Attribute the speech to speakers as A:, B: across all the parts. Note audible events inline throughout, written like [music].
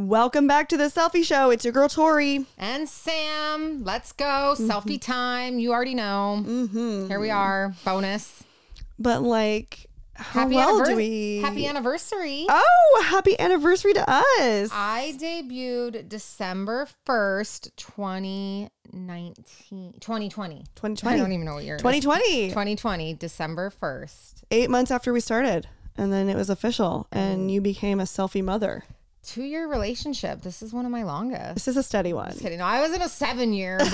A: Welcome back to the selfie show. It's your girl Tori.
B: And Sam, let's go.
A: Mm-hmm.
B: Selfie time. You already know.
A: Mm.
B: Here we are. Bonus.
A: But like, how
B: Happy
A: well do
B: annivers-
A: we?
B: Happy anniversary.
A: oh, happy anniversary to us!
B: Ah, I debuted December 1st, 2019. 2020. I
A: 2020,
B: don't even know what year it is.
A: 2020,
B: 2020, December 1st.
A: eight months after we started, and then it was official,
B: Mm.
A: and you became a selfie mother.
B: Two year relationship. This is one of my longest.
A: [laughs] This is a steady one.
B: Just kidding. No, I was in a seven year, but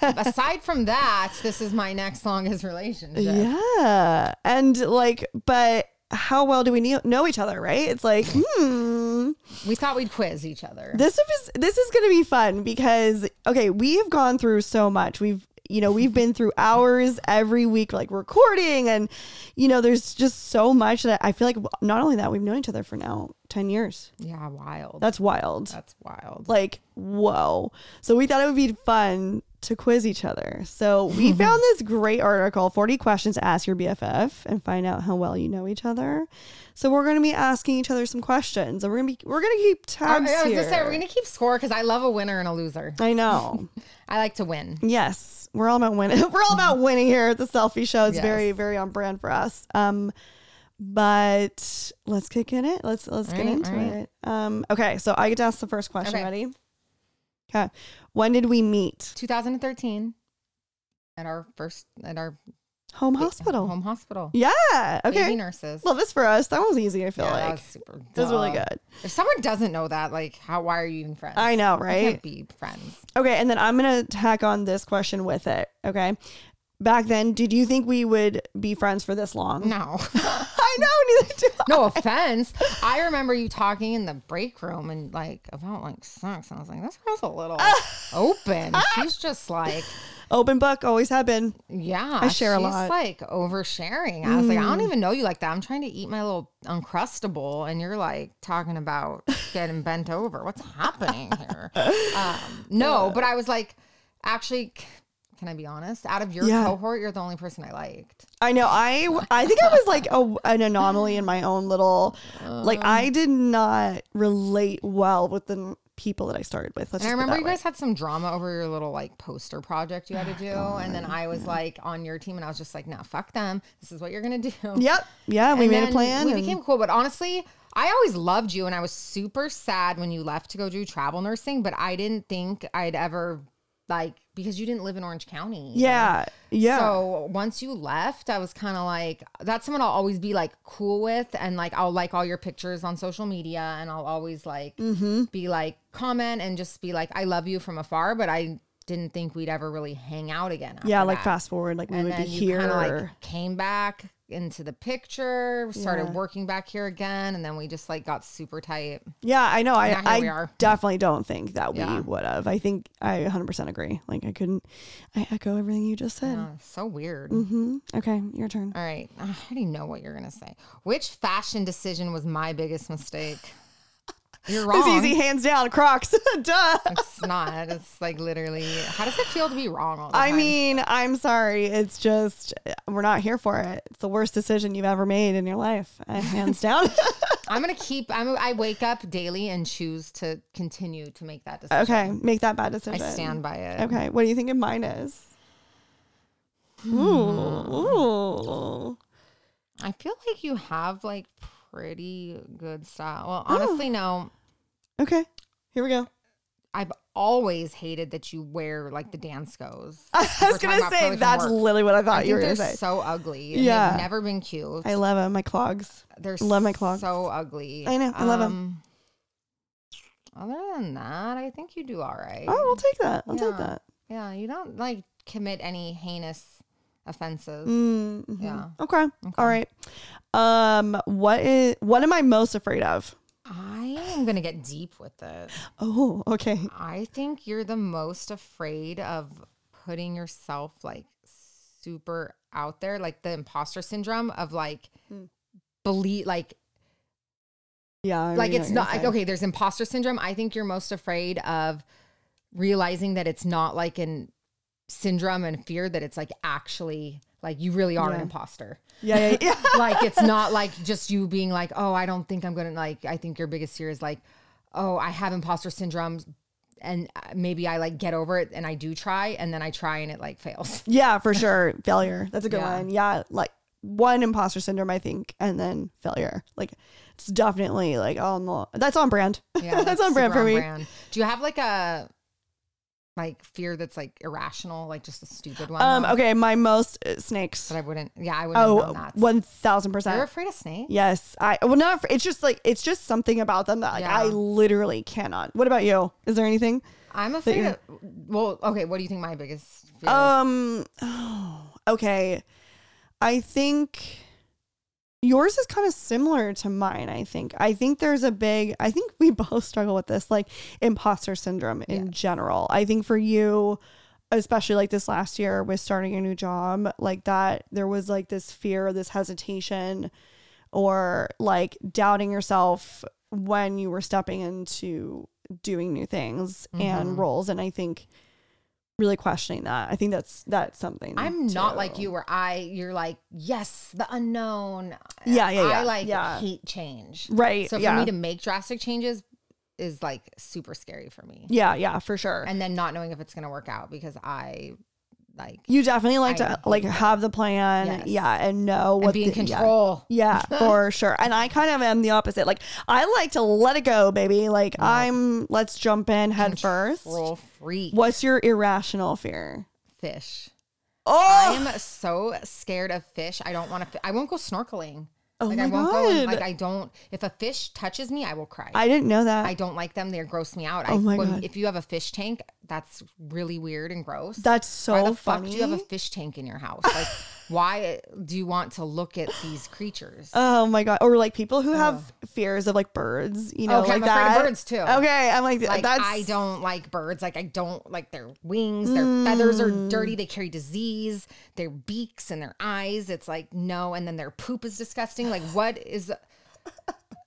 A: [laughs]
B: aside from that, this is my next longest relationship.
A: Yeah, and like, but how well do we knew- know each other? Right? It's like, hmm.
B: We thought we'd quiz each other.
A: This is this is going to be fun because okay, we have gone through so much. We've you know we've been through hours every week, like recording, and you know there's just so much that I feel like not only that we've known each other for now ten years.
B: yeah, wild.
A: That's wild.
B: That's wild.
A: like whoa. So we thought it would be fun to quiz each other. So
B: [laughs]
A: we found this great article, 40 questions to ask your BFF and find out how well you know each other. So we're going to be asking each other some questions. And we're going to be we're going to keep
B: I, I
A: tabs
B: was
A: here.
B: gonna say we're gonna keep score because I love a winner and a loser.
A: I know.
B: I like to win.
A: Yes, we're all about winning. [laughs] We're all about winning here at the selfie show. It's
B: Yes.
A: very, very on brand for us. Um, but let's kick in it. Let's let's get
B: right,
A: into
B: all right.
A: it. Um, okay, so I get to ask the first question.
B: Okay.
A: Ready? Okay. When did we meet?
B: 2013 at our first at our
A: Home hospital.
B: home hospital.
A: Yeah.
B: Baby
A: Okay.
B: nurses.
A: Love this for us. That one was easy. I feel
B: Yeah, that
A: like
B: was super.
A: this is really
B: duh.
A: good.
B: If someone doesn't know that, like, how? Why are you even friends?
A: I know,
B: You
A: right?
B: Can't be friends.
A: Okay, and then I'm gonna tack on this question with it. Okay. Back then, did you think we would be friends for this long?
B: No,
A: [laughs]
B: [laughs]
A: I know, neither do I.
B: no offense. I remember you talking in the break room and like about like sex, and I was like, this girl's
A: [laughs]
B: a little open. She's just like,
A: Open book, always have been.
B: Yeah,
A: I share a
B: she's
A: lot. Mm.
B: Like oversharing. I was like, I don't even know you like that. I'm trying to eat my little uncrustable, and you're like talking about getting bent over. What's happening
A: [laughs]
B: here? Um, no, but I was like, actually, c- can I be honest? Out of your
A: Yeah.
B: cohort, you're the only person I liked.
A: I know. I I think I was like a, an anomaly in my own little like
B: Um.
A: I did not relate well with the n- people that I started with. Let's just put it
B: And I remember
A: that
B: you
A: way.
B: guys had some drama over your little like poster project you had
A: [gasps]
B: to do,
A: Oh
B: and then I was like on your team, and I was just like, no, fuck them. This is what you're gonna do.
A: Yep. Yeah, we
B: And
A: made a
B: then
A: plan.
B: We
A: and-
B: became cool, but honestly, I always loved you, and I was super sad when you left to go do travel nursing. But I didn't think I'd ever like because you didn't live in Orange County. you know?
A: yeah. Yeah.
B: So once you left, I was kind of like, that's someone I'll always be like cool with, and like I'll like all your pictures on social media, and I'll always like
A: Mm. Mm-hmm.
B: be like comment and just be like, I love you from afar, but I didn't think we'd ever really hang out again.
A: yeah,
B: after
A: like
B: that
A: fast forward like we
B: and
A: would be
B: then you
A: here.
B: kind of like came back into the picture, started
A: Yeah.
B: working back here again, and then we just like got super tight.
A: yeah, I know. I
B: now here we
A: I
B: are.
A: definitely don't think that we
B: Yeah.
A: would have. I think I 100% agree. Like I couldn't I echo everything you just said.
B: Uh, so weird.
A: Mhm. Okay, your turn.
B: All right, I already know what you're gonna say. Which fashion decision was my biggest mistake?
A: [laughs]
B: You're wrong.
A: It's easy, hands down. Crocs. [laughs] Duh.
B: It's not. It's like literally. How does it feel to be wrong all the
A: I
B: time?
A: mean, I'm sorry. It's just we're not here for it. It's the worst decision you've ever made in your life,
B: [laughs]
A: uh, hands down.
B: I'm gonna keep. I'm. I wake up daily and choose to continue to make that decision.
A: okay, make that bad
B: I
A: decision.
B: stand by it.
A: Okay, what do you think of mine is?
B: Hmm.
A: Ooh, ooh.
B: I feel like you have like pretty good style. Well,
A: Oh.
B: honestly, no.
A: Okay, here we go. [laughs]
B: I've always hated that you wear like the Danskos.
A: I was gonna say that's literally what I thought
B: I
A: you
B: think
A: were
B: they're
A: gonna say.
B: so ugly. yeah,
A: Yeah.
B: they've never been cute.
A: I love them. My clogs.
B: they're
A: love my clogs.
B: So ugly.
A: I know, I love 'em.
B: Um, Other than that, I think you do all right.
A: Oh, we'll take that. I'll take
B: Yeah.
A: that.
B: yeah. You don't like commit any heinous offenses.
A: Mm, mhm.
B: Mm-hmm. Yeah.
A: Okay. All right. Um, what is what am I most afraid of?
B: I am gonna get deep with it.
A: Oh, okay.
B: I think you're the most afraid of putting yourself like super out there, like the imposter syndrome of like
A: Mm.
B: believe like
A: Yeah. I
B: like
A: already know
B: it's
A: what you're
B: not
A: gonna
B: like
A: say.
B: okay, there's imposter syndrome. I think you're most afraid of realizing that it's not like an syndrome and fear that it's like actually like you really are an
A: Yeah.
B: imposter.
A: Yeah, yeah, [laughs] yeah.
B: like it's not like just you being like, oh, I don't think I'm gonna like. I think your biggest fear is like, oh, I have imposter syndrome and uh, maybe I like get over it and I do try and then I try and it
A: [laughs]
B: like fails.
A: Yeah, for sure. failure. That's a good
B: Yeah.
A: one. Yeah, like one imposter syndrome, I think, and then failure. Like it's definitely like on the that's on brand.
B: Yeah.
A: That's on brand
B: super
A: for me.
B: brand. Do you have like a like fear that's like irrational, like just a stupid one?
A: Um,
B: though?
A: okay, my most uh, snakes.
B: But I wouldn't. Yeah, I wouldn't. have known
A: Oh,
B: that.
A: one thousand
B: You're
A: percent.
B: afraid of snakes?
A: Yes, I well not. For, it's just like it's just something about them that like
B: Yeah.
A: I literally cannot. What about you? Is there anything?
B: I'm afraid
A: you're-
B: of. Well, okay. What do you think my biggest fear? is?
A: Um. Oh, okay. I think yours is kind of similar to mine. I think. I think there's a big. I think we [laughs] both struggle with this, like imposter syndrome in general. I think for you, especially like this last year with starting a new job, like that, there was like this fear, this hesitation, or like doubting yourself when you were stepping into doing new things and
B: Mhm.
A: roles. And I think really questioning that. I think that's that's something.
B: I'm not
A: too.
B: like you, where I you're like yes, the unknown.
A: Yeah, yeah, yeah,
B: I like
A: yeah.
B: hate change.
A: Right.
B: So for
A: yeah.
B: me to make drastic changes is like super scary for me,
A: yeah, yeah, for sure.
B: and then not knowing if it's gonna work out because I like
A: you definitely like
B: I
A: to like
B: hate
A: have the plan.
B: Yes.
A: Yeah, and know what
B: and be in
A: the- yeah.
B: control. [laughs]
A: Yeah, for sure. And I kind of am the opposite. Like I like to let it go, baby. Like I'm let's jump in head first.
B: Roll free
A: What's your irrational fear?
B: fish.
A: Oh,
B: I'm so scared of fish. I don't want to. I won't go snorkeling.
A: Oh
B: like
A: my
B: I won't go. And,
A: God.
B: like I don't. If a fish touches me, I will cry.
A: I didn't know that.
B: I don't like them. They gross me out.
A: Oh
B: I,
A: my
B: when-
A: God.
B: If you have a fish tank, that's really weird and gross.
A: That's so
B: why the
A: funny.
B: fuck do you have a fish tank in your house?
A: [laughs]
B: Like, why do you want to look at these creatures?
A: Oh my god! Or like people who have fears of like birds, you know,
B: Oh. Okay,
A: like
B: I'm afraid of
A: that.
B: birds, too.
A: Okay, I'm like,
B: like
A: that's
B: I don't like birds. Like I don't like their wings. Their feathers are
A: Mm.
B: dirty. They carry disease. Their beaks and their eyes. It's like no. And then their poop is disgusting. Like what is?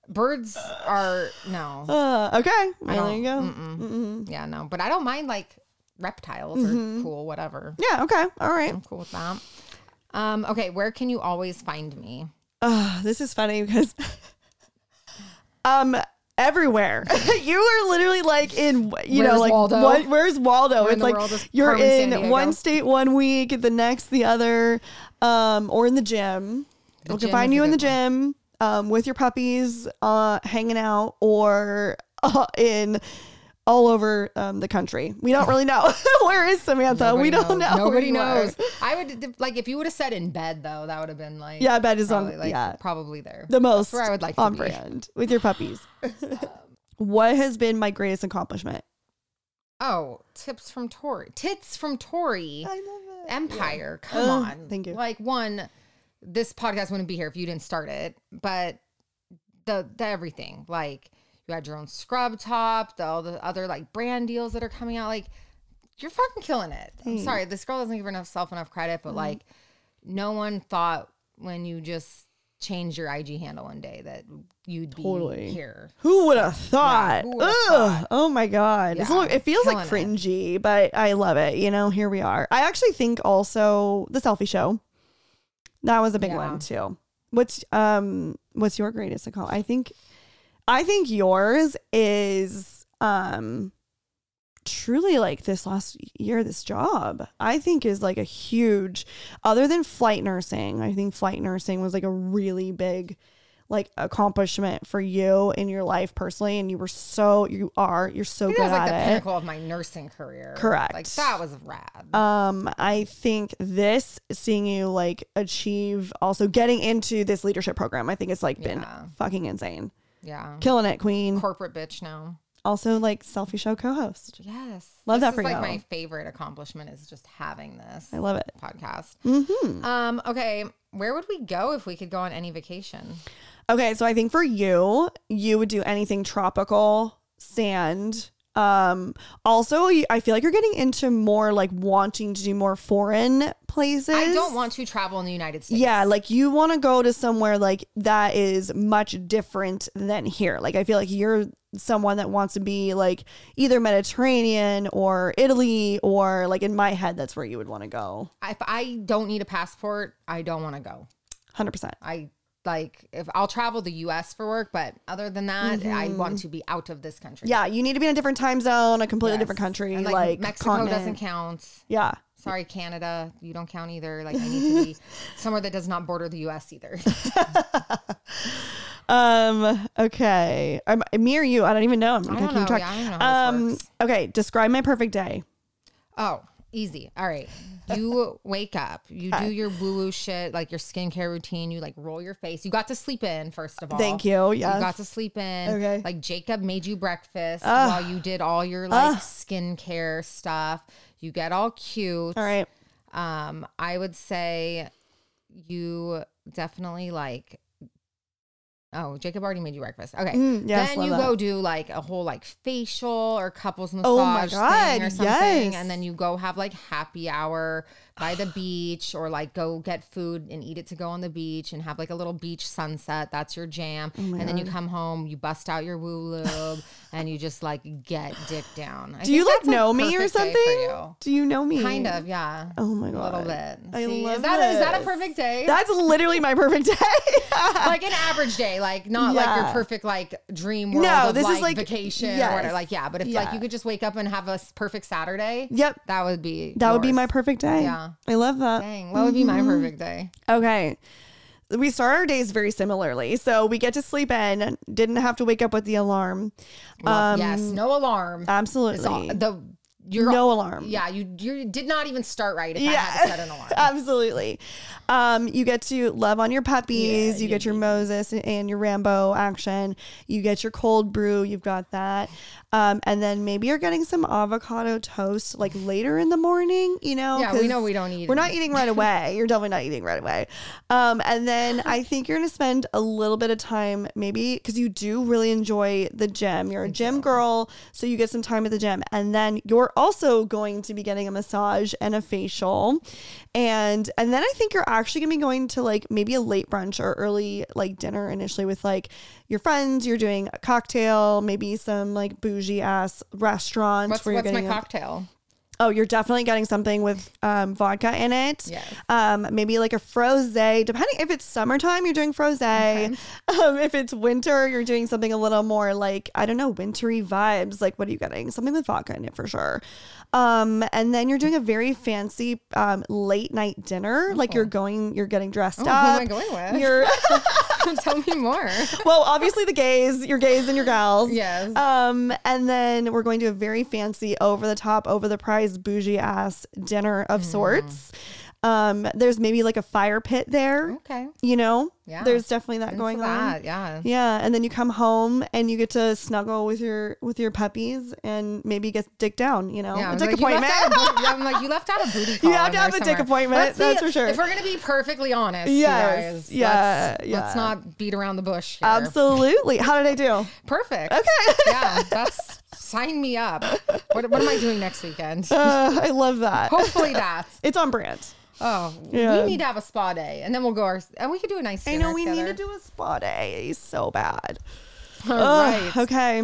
B: Birds are no.
A: Uh, okay, well, there
B: don't-
A: you go.
B: Yeah, no. But I don't mind like reptiles
A: Mm-hmm.
B: are cool. Whatever.
A: Yeah, okay, all right.
B: I'm cool with that. Um, okay, where can you always find me?
A: Ugh, this is funny because, [laughs] um, everywhere [laughs] you are literally like in you know
B: Where's
A: like
B: Waldo?
A: what- where's Waldo?
B: We're in
A: it's
B: the
A: like
B: world of
A: you're
B: Carmen
A: in
B: Sandiego.
A: one state one week, the next the other, um, or in the gym.
B: The
A: we can
B: gym
A: find
B: is
A: you
B: a
A: in the
B: good
A: gym, um, with your puppies, uh, hanging out, or [laughs] uh, in. All over um, the country, we don't really know [laughs] where is Samantha. Oh, we
B: Nobody
A: don't
B: knows.
A: know. where
B: Nobody
A: you are.
B: knows. I would like if you would have said in bed though, that would have been like
A: Yeah, bed is on-
B: probably, like,
A: yeah.
B: probably there.
A: the most
B: where I would like to
A: on
B: be. Um,
A: brand with your
B: [laughs]
A: puppies. what has been my greatest accomplishment?
B: oh, tips from Tori, tits from Tori,
A: Uh, love
B: Empire. Come
A: Oh,
B: on,
A: thank you.
B: Like one, this podcast wouldn't be here if you didn't start it. But the the everything like you had your own scrub top, the, all the other like brand deals that are coming out, like. You're fucking killing it. I'm sorry, this girl doesn't give herself enough credit,
A: Mm-hmm.
B: but like, no one thought when you just changed your IG handle one day that you'd
A: Totally.
B: be here.
A: Who would have thought?
B: who would've
A: Ugh. Oh my god! It's a
B: Yeah,
A: little- it feels like
B: killing
A: cringy, but I love it. You know, here we are. I actually think also the selfie show. That was a big
B: Yeah.
A: one too. What's um what's your greatest accomplishment? I think I think yours is um truly like this last year this job i think is like a huge other than flight nursing i think flight nursing was like a really big like accomplishment for you in your life personally and you were so you are you're so
B: I think
A: good
B: that was like the
A: at it
B: pinnacle of my nursing career.
A: Correct.
B: Like that was rad.
A: um i think this seeing you like achieve also getting into this leadership program i think it's like been
B: Yeah.
A: fucking insane
B: yeah.
A: killing it queen
B: Corporate bitch now.
A: also like selfie show co-host
B: Yes.
A: Love
B: this
A: that for
B: is like
A: you.
B: my favorite accomplishment is just having this
A: i love it
B: podcast.
A: mm-hmm
B: Um, okay. Where would we go if we could go on any vacation?
A: Okay, so I think for you, you would do anything tropical, sand. Um, also, you- I feel like you're getting into more like wanting to do more foreign places.
B: I don't want to travel in the United States.
A: Yeah, like you want to go to somewhere like that is much different than here. Like I feel like you're someone that wants to be like either Mediterranean or Italy or like in my head that's where you would want to go.
B: If I don't need a passport, I don't want to go.
A: 100%.
B: I like if I'll travel the US for work, but other than that, I want to be out of this country.
A: Mm-hmm. Yeah, you need to be in a different time zone, a completely
B: Yes.
A: different country,
B: And,
A: like,
B: Mexico
A: continent.
B: doesn't count.
A: Yeah.
B: Sorry, Canada, you don't count either. Like I need
A: [laughs]
B: to be somewhere that does not border the US either.
A: Um. Okay. Um, me or you? I don't even know. I'm
B: I
A: gonna
B: don't
A: keep
B: know.
A: track.
B: Yeah, I don't know how this
A: um.
B: works.
A: Okay. Describe my perfect day.
B: Oh, easy. All right.
A: [laughs]
B: You wake up, you do your woo woo shit, like your skincare routine, you like roll your face. You got to sleep in, first of all.
A: Thank you. Yes.
B: You got to sleep in.
A: Okay.
B: Like Jacob made you breakfast while you did all your like skincare stuff. You get all cute.
A: All right.
B: Um, I would say you definitely like Oh, Jacob already made you breakfast. Okay.
A: Mm, yes,
B: then
A: love
B: you
A: that.
B: go do like a whole like facial or couples massage
A: Oh my
B: thing or
A: God,
B: something.
A: yes.
B: And then you go have like happy hour
A: [sighs]
B: by the beach or like go get food and eat it to go on the beach and have like a little beach sunset. That's your jam.
A: Oh
B: and then you come home, you bust out your woo
A: [laughs]
B: lube and you just like get dick down. I
A: Do you
B: think
A: like
B: that's a
A: know me or
B: perfect day
A: something?
B: for you.
A: Do you know me?
B: Kind of, yeah.
A: Oh my
B: A
A: god.
B: little bit.
A: I
B: See,
A: love
B: is that is that a
A: this.
B: perfect day?
A: That's literally my perfect day.
B: [laughs]
A: [laughs]
B: like an average day, like not like
A: Yeah.
B: your perfect like dream world
A: No,
B: of
A: this is
B: like,
A: like-
B: vacation or
A: yes.
B: whatever. Like yeah, but if like
A: Yeah.
B: you could just wake up and have a s- perfect Saturday,
A: yep.
B: that would be
A: That would be
B: yours.
A: my Mm-hmm. perfect day.
B: Yeah.
A: I love that.
B: Dang, what would be my perfect day?
A: Okay. We start our days very similarly. So we get to sleep in, didn't have to wake up with the alarm.
B: Well,
A: Um,
B: yes, no alarm.
A: Absolutely.
B: So, the you're
A: no alarm.
B: Yeah, you you did not even start right. If I
A: Yeah.
B: had to
A: [laughs]
B: set an alarm.
A: Absolutely. Um, you get to love on your puppies.
B: Yeah,
A: you get your Moses and your Rambo action. You get your cold brew. You've got that. Um, and then maybe you're getting some avocado toast like later in the morning, you know?
B: Yeah, we
A: 'cause
B: know we don't eat
A: We're
B: it.
A: not eating right away. You're definitely not eating right away. Um, and then I think you're going to spend a little bit of time maybe because you do really enjoy the gym. You're a gym girl, so you get some time at the gym. And then you're also going to be getting a massage and a facial. And and then I think you're actually going to be going to like maybe a late brunch or early like dinner initially with like your friends. You're doing a cocktail, maybe some like bougie ass restaurant
B: What's
A: where you're
B: what's my
A: getting a-
B: cocktail?
A: Oh, you're definitely getting something with um, vodka in it.
B: Yes.
A: Um, maybe like a froze. Depending if it's summertime, you're doing froze. Um, if it's winter, you're doing something a little more like I don't know, wintry vibes. Like what are you getting? Something with vodka in it for sure. Um, and then you're doing a very fancy um, late night dinner. Like you're going, you're getting dressed
B: Who am
A: up.
B: I going with?
A: Uh, You're
B: [laughs] Tell me
A: [laughs]
B: more.
A: well, obviously the gays, your gays and your gals.
B: Yes.
A: Um, and then we're going to a very fancy, over the top, over the price, bougie ass dinner
B: Mm.
A: of sorts. Um, there's maybe like a fire pit there.
B: Okay.
A: You know,
B: Yeah.
A: There's definitely that going
B: Into
A: on.
B: that, Yeah.
A: Yeah, and then you come home and you get to snuggle with your with your puppies and maybe get dick down. You know,
B: Yeah, I
A: a
B: was
A: dick
B: like, you
A: appointment.
B: left out a booty- yeah, I'm like, you left
A: [laughs]
B: out a booty call.
A: You have
B: in
A: to have
B: there
A: a dick
B: somewhere.
A: appointment,
B: Let's
A: that's for sure.
B: If we're gonna be perfectly honest, you
A: Yes,
B: guys,
A: yeah,
B: let's,
A: yeah.
B: let's not beat around the bush. Here.
A: Absolutely. How did I
B: [laughs]
A: do?
B: Perfect. Okay.
A: [laughs]
B: yeah, that's sign me up. What, what am I doing next
A: [laughs]
B: weekend?
A: Uh, I love that.
B: Hopefully that.
A: It's on brand.
B: Oh,
A: Yeah.
B: we need to have a spa day, and then we'll go our and we could do a nice.
A: I
B: Dinner
A: know we
B: together.
A: need to do a spa day so bad.
B: All
A: Ugh,
B: right.
A: Okay.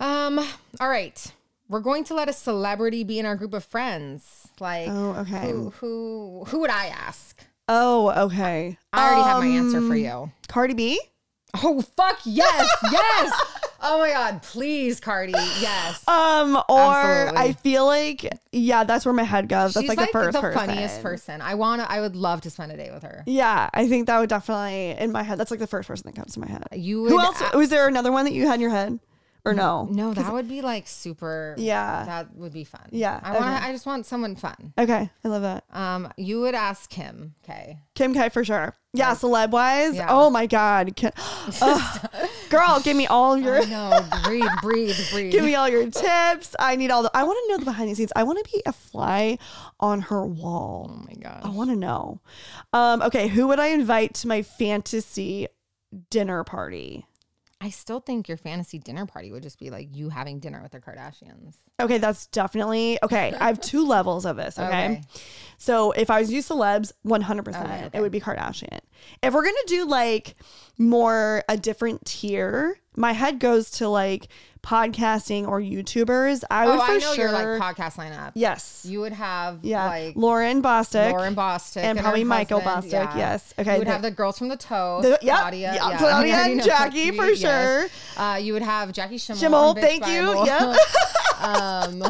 B: Um. All right. We're going to let a celebrity be in our group of friends. Like,
A: Oh, okay.
B: who, who, who would I ask?
A: Oh, okay.
B: I already have my answer
A: Um,
B: for you.
A: Cardi B?
B: Oh fuck yes,
A: [laughs]
B: yes. Oh my god, please, Cardi, yes.
A: Um, or
B: Absolutely.
A: I feel like yeah, that's where my head goes. That's
B: She's
A: like,
B: like,
A: the first
B: the
A: person.
B: funniest person. I wanna, I would love to spend a day with her.
A: Yeah, I think that would definitely in my head. That's like the first person that comes to my head.
B: You would,
A: Who else
B: a-
A: was there another one that you had in your head? Or no?
B: no, that would be like super.
A: Yeah.
B: that would be fun.
A: Yeah,
B: I want.
A: okay.
B: to I just want someone fun.
A: Okay, I love that.
B: Um, you would ask him. Okay.
A: Kim K for sure. Yeah, celeb wise.
B: Yeah.
A: Oh my god.
B: [laughs]
A: Kim- Ugh. girl, give me all of your
B: No, breathe,
A: [laughs]
B: breathe, breathe.
A: Give me all your tips. I need all the. I want to know the behind the scenes. I want to be a fly on her wall.
B: oh my
A: I
B: god.
A: want to know. Um, okay, who would I invite to my fantasy dinner party?
B: I still think your fantasy dinner party would just be like you having dinner with the Kardashians.
A: Okay, that's definitely okay. I have
B: [laughs]
A: two levels of this. Okay?
B: Okay. Oh,
A: so if I was to do celebs, one hundred
B: Okay,
A: percent,
B: okay.
A: it would be Kardashian. If we're gonna do like more a different tier, my head goes to like podcasting or YouTubers. I would
B: oh,
A: for
B: I know
A: sure.
B: your like podcast lineup.
A: yes.
B: You would have
A: yeah.
B: like
A: Lauren Bostick.
B: Lauren Bostick
A: and
B: her
A: probably Michael
B: husband.
A: Bostick, yes. Okay,
B: You would
A: the-
B: have the girls from the Toast.
A: The- yeah,
B: Claudia.
A: yeah, Claudia
B: [laughs] You already
A: and
B: know
A: Jackie, for
B: yes. Uh, you would have Jackie Schimmel.
A: Schimmel,
B: on Bitch
A: thank you.
B: Bible.
A: Yeah.
B: [laughs] um,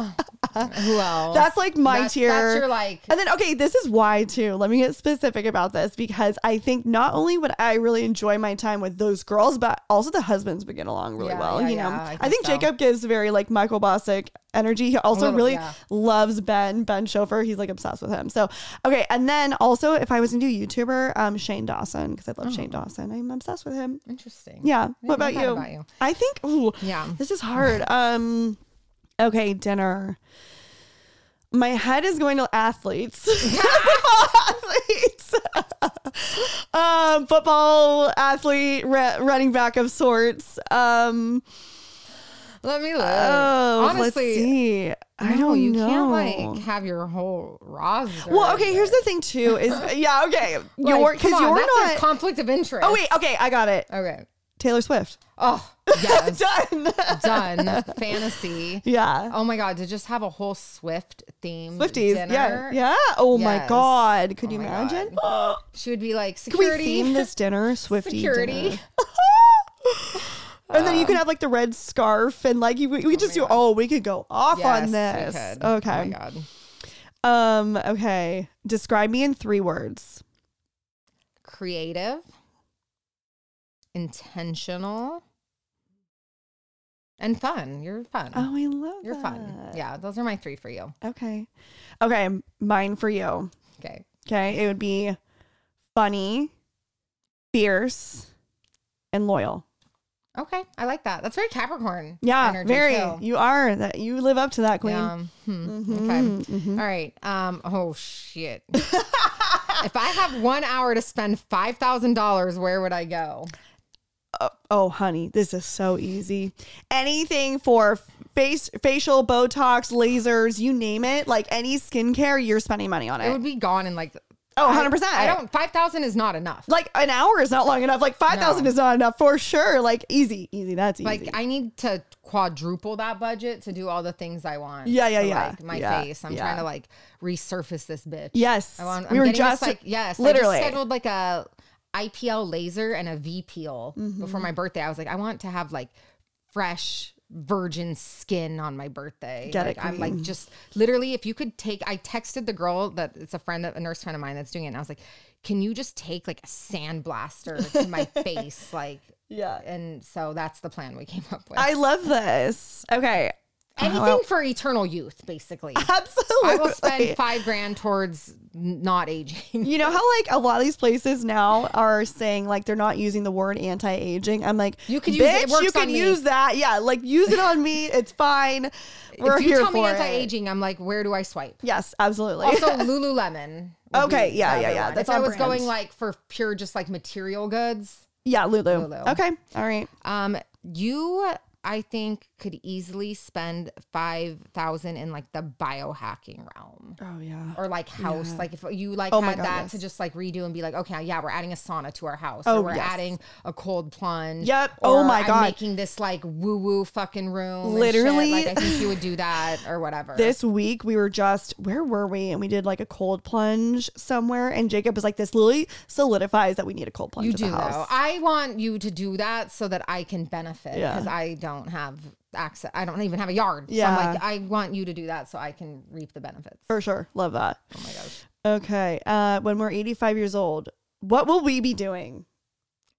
B: who else?
A: That's like my
B: That's-
A: tier.
B: That's your like.
A: And then, okay, this is why too. Let me get specific about this because I think not only would I really enjoy my time with those girls, but also the husbands would get along really
B: Yeah,
A: well.
B: yeah,
A: you know,
B: yeah, I
A: I think,
B: think so.
A: Jacob gives very like Michael Bosick energy. He also
B: little,
A: really
B: yeah.
A: loves Ben, Ben Schofer. He's like obsessed with him. So, okay. And then also, if I was into YouTuber, um, Shane Dawson, because I
B: Oh.
A: love Shane Dawson. I'm obsessed with him.
B: Interesting.
A: Yeah. What
B: know
A: about
B: that
A: you?
B: about you.
A: I think, ooh,
B: Yeah.
A: this is hard. Um, okay, dinner. My head is going to athletes. [laughs] athletes. [laughs] um, football athlete, re- running back of sorts. Um,
B: Let me look.
A: oh, let's
B: Honestly,
A: see. I
B: no,
A: don't
B: you
A: know.
B: can't like have your whole roster.
A: well, okay. Here's the thing, too.
B: [laughs]
A: Is yeah, okay. you're because
B: come on,
A: you're
B: that's
A: not.
B: a conflict of interest.
A: oh wait, okay, I got it.
B: Okay.
A: Taylor Swift.
B: Oh, yes.
A: Done. [laughs]
B: done. Fantasy.
A: yeah.
B: Oh my god, to just have a whole Swift themed
A: Swifties.
B: dinner.
A: Yeah. Yeah. Oh my
B: Yes.
A: God. Could
B: Oh
A: you
B: my
A: imagine?
B: She would be like
A: Can we
B: security.
A: theme this
B: [laughs]
A: dinner? Swifty
B: security. Um,
A: dinner. [laughs] And then you could have like the red scarf and like you, we could just do. Oh, we could go off on
B: Yes,
A: this.
B: we could. Oh my
A: Okay.
B: god.
A: um. Okay. Describe me in three words.
B: Creative. Intentional. And fun. You're fun.
A: Oh, I love.
B: You're fun.
A: that.
B: Yeah, those are my three for you.
A: Okay. Okay. Mine for you.
B: Okay.
A: Okay. It would be funny, fierce, and loyal.
B: Okay. I like that. That's very Capricorn.
A: Yeah.
B: energy,
A: very.
B: too.
A: You are that. You live up to that, queen.
B: Yeah. Hmm.
A: Mhm,
B: Okay. All right. Um. Oh
A: [laughs]
B: shit. if I have one hour to spend five thousand dollars, where would I go?
A: oh, oh, honey, this is so easy. Anything for face, facial, Botox, lasers, you name it, like any skincare, you're spending money on it.
B: It would be gone in like.
A: oh, 100%.
B: I don't. Five thousand is not enough.
A: Like an hour is not long enough. Like 5,000
B: No.
A: is not enough for sure. Like easy, easy. That's easy.
B: Like I need to quadruple that budget to do all the things I want.
A: Yeah, yeah,
B: So,
A: yeah.
B: Like my
A: Yeah,
B: face. I'm
A: yeah.
B: trying to like resurface this bitch.
A: yes.
B: I want, I'm
A: we were
B: getting
A: just
B: this, like yes.
A: Literally.
B: I just scheduled like a IPL laser and a VPL before my birthday. I was like, I want to have like fresh virgin skin on my birthday.
A: Get
B: like
A: it,
B: I'm like just literally if you could take I texted the girl that it's a friend of a nurse friend of mine that's doing it and I was like, Can you just take like a sandblaster
A: [laughs]
B: to my face? Like
A: Yeah.
B: and so that's the plan we came up with.
A: I love this. Okay.
B: Anything
A: well-
B: for eternal
A: [laughs]
B: youth, basically.
A: Absolutely.
B: I will spend five grand towards n- not aging.
A: You know how like a lot of these places now are saying like they're not using the word anti-aging. I'm like,
B: You could use it. It
A: bitch,
B: works
A: you can
B: on me."
A: use that. Yeah, like use it on me. It's fine. We're
B: if you
A: here
B: tell
A: for
B: me
A: it.
B: anti-aging, I'm like, where do
A: [laughs]
B: I swipe?
A: Yes, absolutely.
B: Also, Lululemon. would
A: Okay,
B: be
A: yeah,
B: the
A: yeah,
B: other
A: yeah.
B: one.
A: That's
B: if I
A: on
B: was
A: brand.
B: going like for pure, just like material goods.
A: [laughs] yeah, Lulu.
B: Lulu.
A: Okay, all right.
B: Um, you, I think, could easily spend five thousand in like the biohacking realm.
A: Oh yeah.
B: Or like house, like if you like
A: Oh my
B: had
A: God,
B: that
A: yes.
B: to just like redo and be like, okay, yeah, we're adding a sauna to our house.
A: Oh,
B: or we're
A: yes.
B: adding a cold plunge.
A: Yep. Oh
B: or
A: my
B: I'm
A: God.
B: making this like woo woo fucking room. and shit.
A: Literally.
B: like I think you would do that or
A: [laughs]
B: whatever.
A: This week we were just where were we? And we did like a cold plunge somewhere. And Jacob was like, "This literally solidifies that we need a cold plunge."
B: You
A: at
B: do
A: the house.
B: though. I want you to do that so that I can benefit
A: Yeah.
B: because I don't have access. I don't even have a yard. So
A: Yeah.
B: I'm like, I want you to do that so I can reap the benefits.
A: for sure. Love that.
B: Oh my gosh.
A: Okay. Uh, when we're 85 years old, what will we be doing?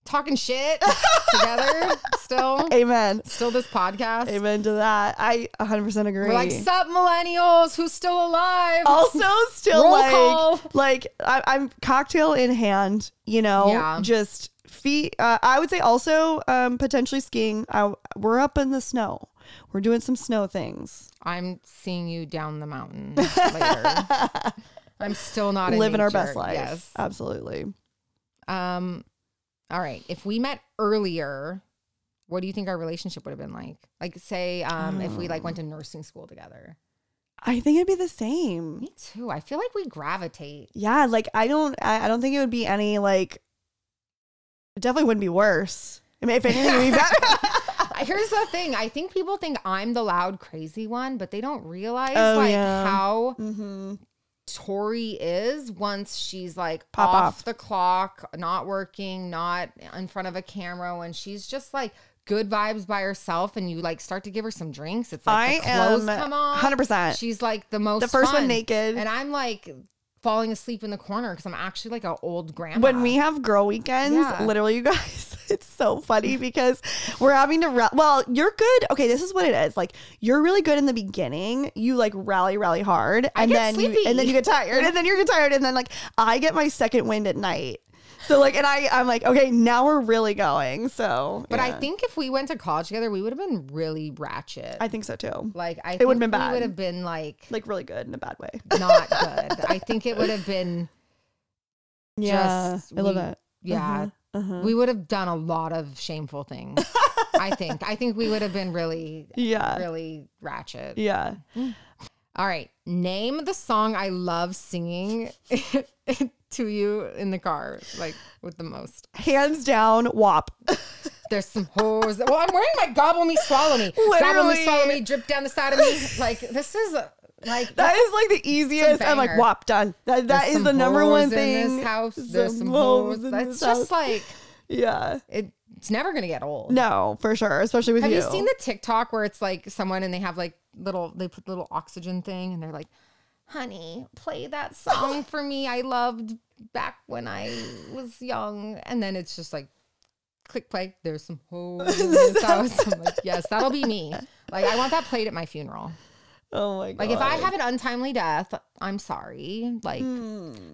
B: Talking shit [laughs] together
A: [laughs]
B: still.
A: Amen.
B: Still this podcast.
A: Amen to that. I 100% agree.
B: We're like, sup millennials, who's still alive? [laughs]
A: also still
B: Roll
A: like
B: call.
A: like I, I'm cocktail in hand, you know,
B: Yeah.
A: just feet. Uh, I would say also um, potentially skiing. I, we're up in the snow. We're doing some snow things.
B: I'm seeing you down
A: [laughs]
B: the mountain later. I'm still not in
A: Living our
B: nature.
A: best life.
B: Yes.
A: Absolutely.
B: Um, all right. If we met earlier, what do you think our relationship would have been like? Like, say, um, if we like went to nursing school together.
A: I think it'd be the same.
B: Me too. I feel like we gravitate.
A: Yeah, like I don't I, I don't think it would be
B: [laughs]
A: any like it definitely wouldn't be worse. I mean if anything would be better.
B: [laughs] here's the thing. I think people think I'm the loud, crazy one, but they don't realize
A: Oh,
B: like
A: yeah.
B: how
A: Mm-hmm.
B: Tori is once she's like
A: Pop
B: off,
A: off.
B: the clock, not working, not in front of a camera, when she's just like good vibes by herself, and you like start to give her some drinks. It's
A: [laughs] I
B: like the
A: am
B: clothes come on.
A: 100%.
B: She's like the most
A: Uh, The first
B: fun.
A: one naked.
B: and I'm like falling asleep in the corner because I'm actually like an old grandma.
A: when we have girl weekends,
B: Yeah.
A: literally, you guys, [laughs] it's so funny because we're having to. Ra- well, you're good. Okay, this is what it is. Like you're really good in the beginning. You like rally, rally hard, and
B: get
A: then you, and then you
B: sleepy.
A: get tired, and then you get tired, and then like I get my second wind at night. So like, and I, I'm like, okay, now we're really going. So,
B: but I
A: yeah.
B: think if we went to college together, we would have been really ratchet.
A: I think so too.
B: like I
A: it would've
B: think
A: been
B: we
A: bad.
B: would have been like
A: Like really good in a bad way.
B: not good. I think it would have
A: [laughs]
B: been
A: Yeah,
B: just
A: I love
B: we-
A: that.
B: yeah.
A: Uh-huh.
B: We would have done a lot of shameful things.
A: [laughs]
B: I think. I think we would have been really,
A: Yeah,
B: really ratchet.
A: yeah.
B: All right. Name the song I love singing [laughs] to you in the car, like with the most.
A: Hands down, WAP.
B: There's some whores. Well, I'm wearing my gobble me,
A: [laughs]
B: swallow me. Gobble me,
A: Literally.
B: swallow me, drip down the side
A: [laughs]
B: of me. Like, this is uh, like.
A: That is like the easiest. I'm like,
B: banger.
A: WAP done. That, that
B: there's
A: is
B: some
A: the number
B: whores
A: one
B: in
A: thing.
B: this house. There's some
A: hoes
B: whores.
A: in
B: That's
A: this
B: just
A: house.
B: like,
A: Yeah.
B: it, it's never going to get old.
A: No, for sure. Especially with
B: Have
A: you.
B: you. seen the TikTok where it's like someone and they have like little they put the little oxygen thing and they're like, "Honey, play that song for me. I loved back when I was young." And then it's just like, click play. There's some hoes. in this house. I'm like, yes, that'll be me. Like I want that played at my funeral.
A: oh my god.
B: Like if I have an untimely death, I'm sorry. Like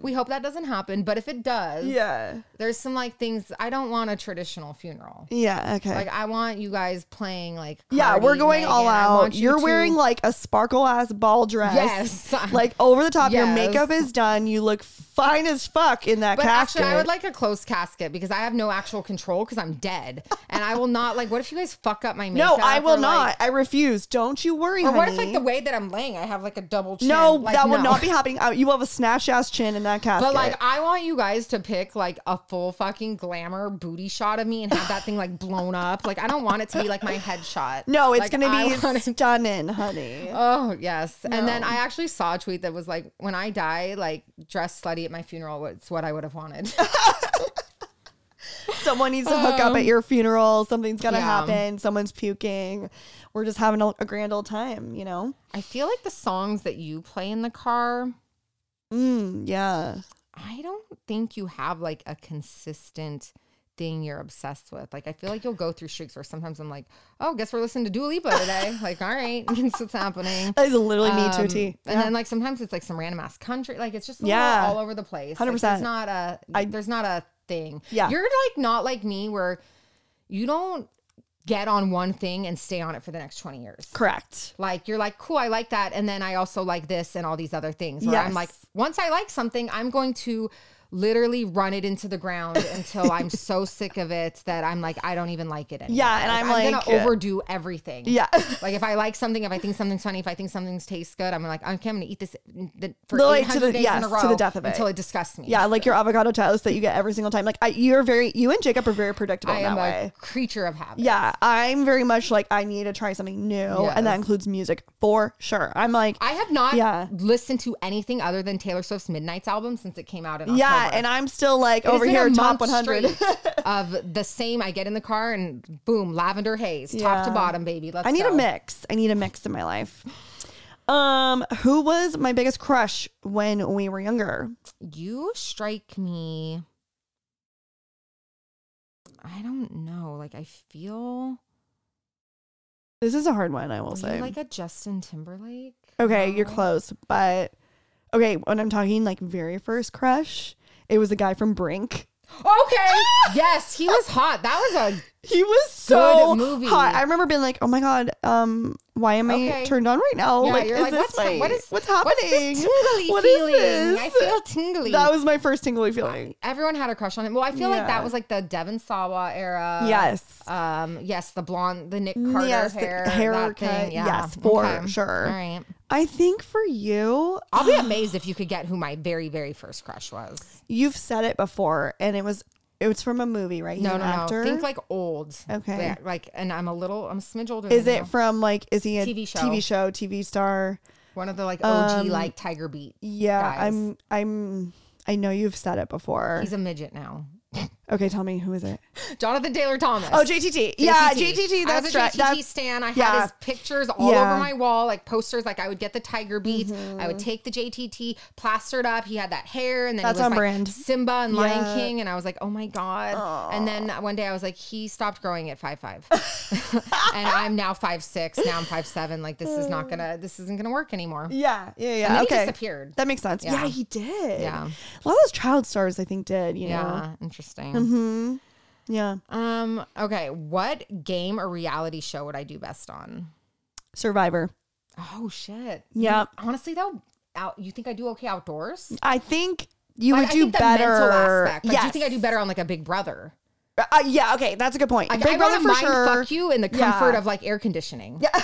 B: we hope that doesn't happen. But if it does,
A: Yeah.
B: there's some like things I don't want a traditional funeral.
A: Yeah. Okay.
B: Like I want you guys playing like
A: yeah,
B: Cardi,
A: we're going all
B: Megan. I
A: out.
B: want you
A: You're
B: to-
A: wearing like a sparkle ass ball dress.
B: [laughs] yes, [laughs]
A: Like over the top, your
B: Yes.
A: makeup is done. You look fine as fuck in that
B: But
A: casket.
B: actually, I would like a closed casket because I have no actual control because I'm dead, and I will not like. What if you guys fuck up
A: [laughs]
B: my
A: no,
B: makeup?
A: I
B: or,
A: will
B: like-
A: not. I refuse. Don't you worry,
B: or what
A: honey.
B: if like the way that I'm laying, I have like a double chin?
A: no,
B: Like,
A: that will
B: no.
A: not be happening. I- You will have a snatch ass chin in that casket.
B: But like, I want you guys to pick like a full fucking glamour booty shot of me and have that thing like blown up. Like, I don't want it to be like my headshot.
A: No, it's
B: Like,
A: [laughs]
B: I
A: gonna be
B: [laughs] want it-
A: stunning, honey.
B: Oh yes, and then I actually saw a tweet that was like, "When I die, like dress slutty at my funeral was what I would have wanted." [laughs]
A: Someone needs to hook up at your funeral. Something's gonna
B: Um, Yeah.
A: happen. Someone's puking. We're just having a, a grand old time, you know.
B: I feel like the songs that you play in the car,
A: Mm, yeah.
B: I don't think you have like a consistent thing you're obsessed with. Like I feel like you'll go through streaks where sometimes I'm like, "Oh, guess we're listening to Dua Lipa [laughs] today." like, all right, it's what's happening.
A: That is literally me to a
B: Um,
A: T.
B: And then like sometimes it's like some random ass country. Like it's just a
A: Yeah.
B: little all over the place. Like,
A: 100%.
B: there's not a there's not a thing.
A: Yeah.
B: You're like not like me where you don't get on one thing and stay on it for the next 20 years.
A: Correct.
B: Like you're like, cool, I like that. And then I also like this and all these other things. Where I'm
A: Yes.
B: like, once I like something, I'm going to literally run it into the
A: [laughs]
B: ground until I'm so sick of it that I'm like, I don't even like it anymore.
A: Yeah, and I'm
B: I'm
A: like-
B: gonna overdo everything.
A: Yeah. [laughs]
B: Like if I like something, if I think something's funny, if I think something tastes good, I'm like, okay, I'm gonna eat this the, for
A: Like, to
B: 800
A: the-
B: days
A: yes,
B: in a row
A: to the death of it.
B: until it disgusts me.
A: yeah, like your avocado toast that you get every single time. Like I, you're very, you and Jacob are very predictable
B: I
A: in
B: am
A: that
B: a
A: way.
B: creature of habit.
A: Yeah, I'm very much like I need to try something new, and that
B: Yes.
A: includes music for sure. I'm like,
B: I have not
A: Yeah.
B: listened to anything other than Taylor Swift's Midnight's album since it came out in October.
A: yeah, and I'm still like
B: It has
A: over
B: been
A: here
B: a
A: top
B: month
A: 100. [laughs]
B: straight of the same. I get in the car and boom, lavender haze, top to
A: Yeah.
B: bottom, baby. Let's
A: I need
B: go.
A: a mix. I need a mix in my life. Um, who was my biggest crush when we were younger?
B: You strike me. I don't know. Like I feel
A: This is a hard one, I will
B: were you
A: say. Oh.
B: like Oh. a Justin Timberlake.
A: okay, you're
B: No.
A: close, but okay, when I'm talking like very first crush, it was a guy from Brink.
B: Okay.
A: Ah!
B: yes, he was hot. That was a
A: He was so
B: movie.
A: hot. I remember being like, "Oh my god, um, why am I
B: Okay.
A: turned on right now?
B: yeah.
A: like,
B: you're
A: is
B: like,
A: this
B: what's
A: my-
B: what is
A: what's
B: What's
A: happening?
B: this tingly
A: What is
B: feeling? I
A: this?
B: feel tingly.
A: That was my first tingly feeling.
B: Everyone had a crush on him. Well, I feel like
A: Yeah.
B: that was like the Devon Sawa era.
A: yes, Mm,
B: Um. Yes, the blonde, the Nick Carter
A: Yes, the
B: hair,
A: haircut.
B: that thing. Yeah.
A: Yes, for sure.
B: All right.
A: I think for you, [gasps]
B: I'll be amazed if you could get who my very, very first crush was.
A: you've said it before and it was It was from a movie, right? He's
B: No,
A: an
B: no,
A: actor?
B: no. Think like old.
A: Okay.
B: Yeah, like, and I'm a little, I'm a smidge older.
A: Is
B: than
A: it
B: you.
A: from like? Is he a
B: TV show.
A: TV show, TV star?
B: one of the like OG
A: um,
B: like Tiger Beat?
A: Yeah,
B: Guys.
A: I'm. I'm. I know you've said it before.
B: He's a midget now.
A: okay, tell me who is
B: [laughs]
A: it?
B: Jonathan Taylor Thomas.
A: Oh, JTT. Yeah,
B: JTT.
A: JTT.
B: I
A: That's
B: was a
A: right.
B: JTT
A: That's
B: stan. I
A: yeah.
B: had his pictures all
A: Yeah. Mm-hmm.
B: over my wall, like posters. Like I would get the tiger beats. I would take the JTT, plastered up. He had that hair, and then
A: That's
B: he was
A: on
B: like
A: brand.
B: Simba and Lion
A: Yeah.
B: King, and I was like, oh my god. And then one day I was like, he stopped growing at five
A: [laughs]
B: five, [laughs] and I'm now five six. Now I'm five seven. Like this is not gonna. This isn't gonna work anymore.
A: yeah, yeah, yeah.
B: then he
A: okay,
B: disappeared.
A: That makes sense. Yeah.
B: Yeah.
A: he did.
B: Yeah.
A: a lot of those child stars, I think, did. You know.
B: Yeah, interesting.
A: Mm-hmm. Yeah.
B: Um, okay, what game or reality show would I do best on?
A: Survivor.
B: Oh shit.
A: Yeah.
B: Honestly though, out you think I do okay outdoors?
A: I think you
B: Like,
A: would
B: I
A: do
B: think the
A: better.
B: mental aspect. Like, do you
A: Yes.
B: think I do better on like a Big Brother?
A: Uh, yeah. Okay, that's a good point.
B: Like,
A: Big
B: I
A: Brother
B: want
A: for
B: to mind
A: sure.
B: fuck you in the comfort
A: Yeah.
B: of like air conditioning.
A: Yeah.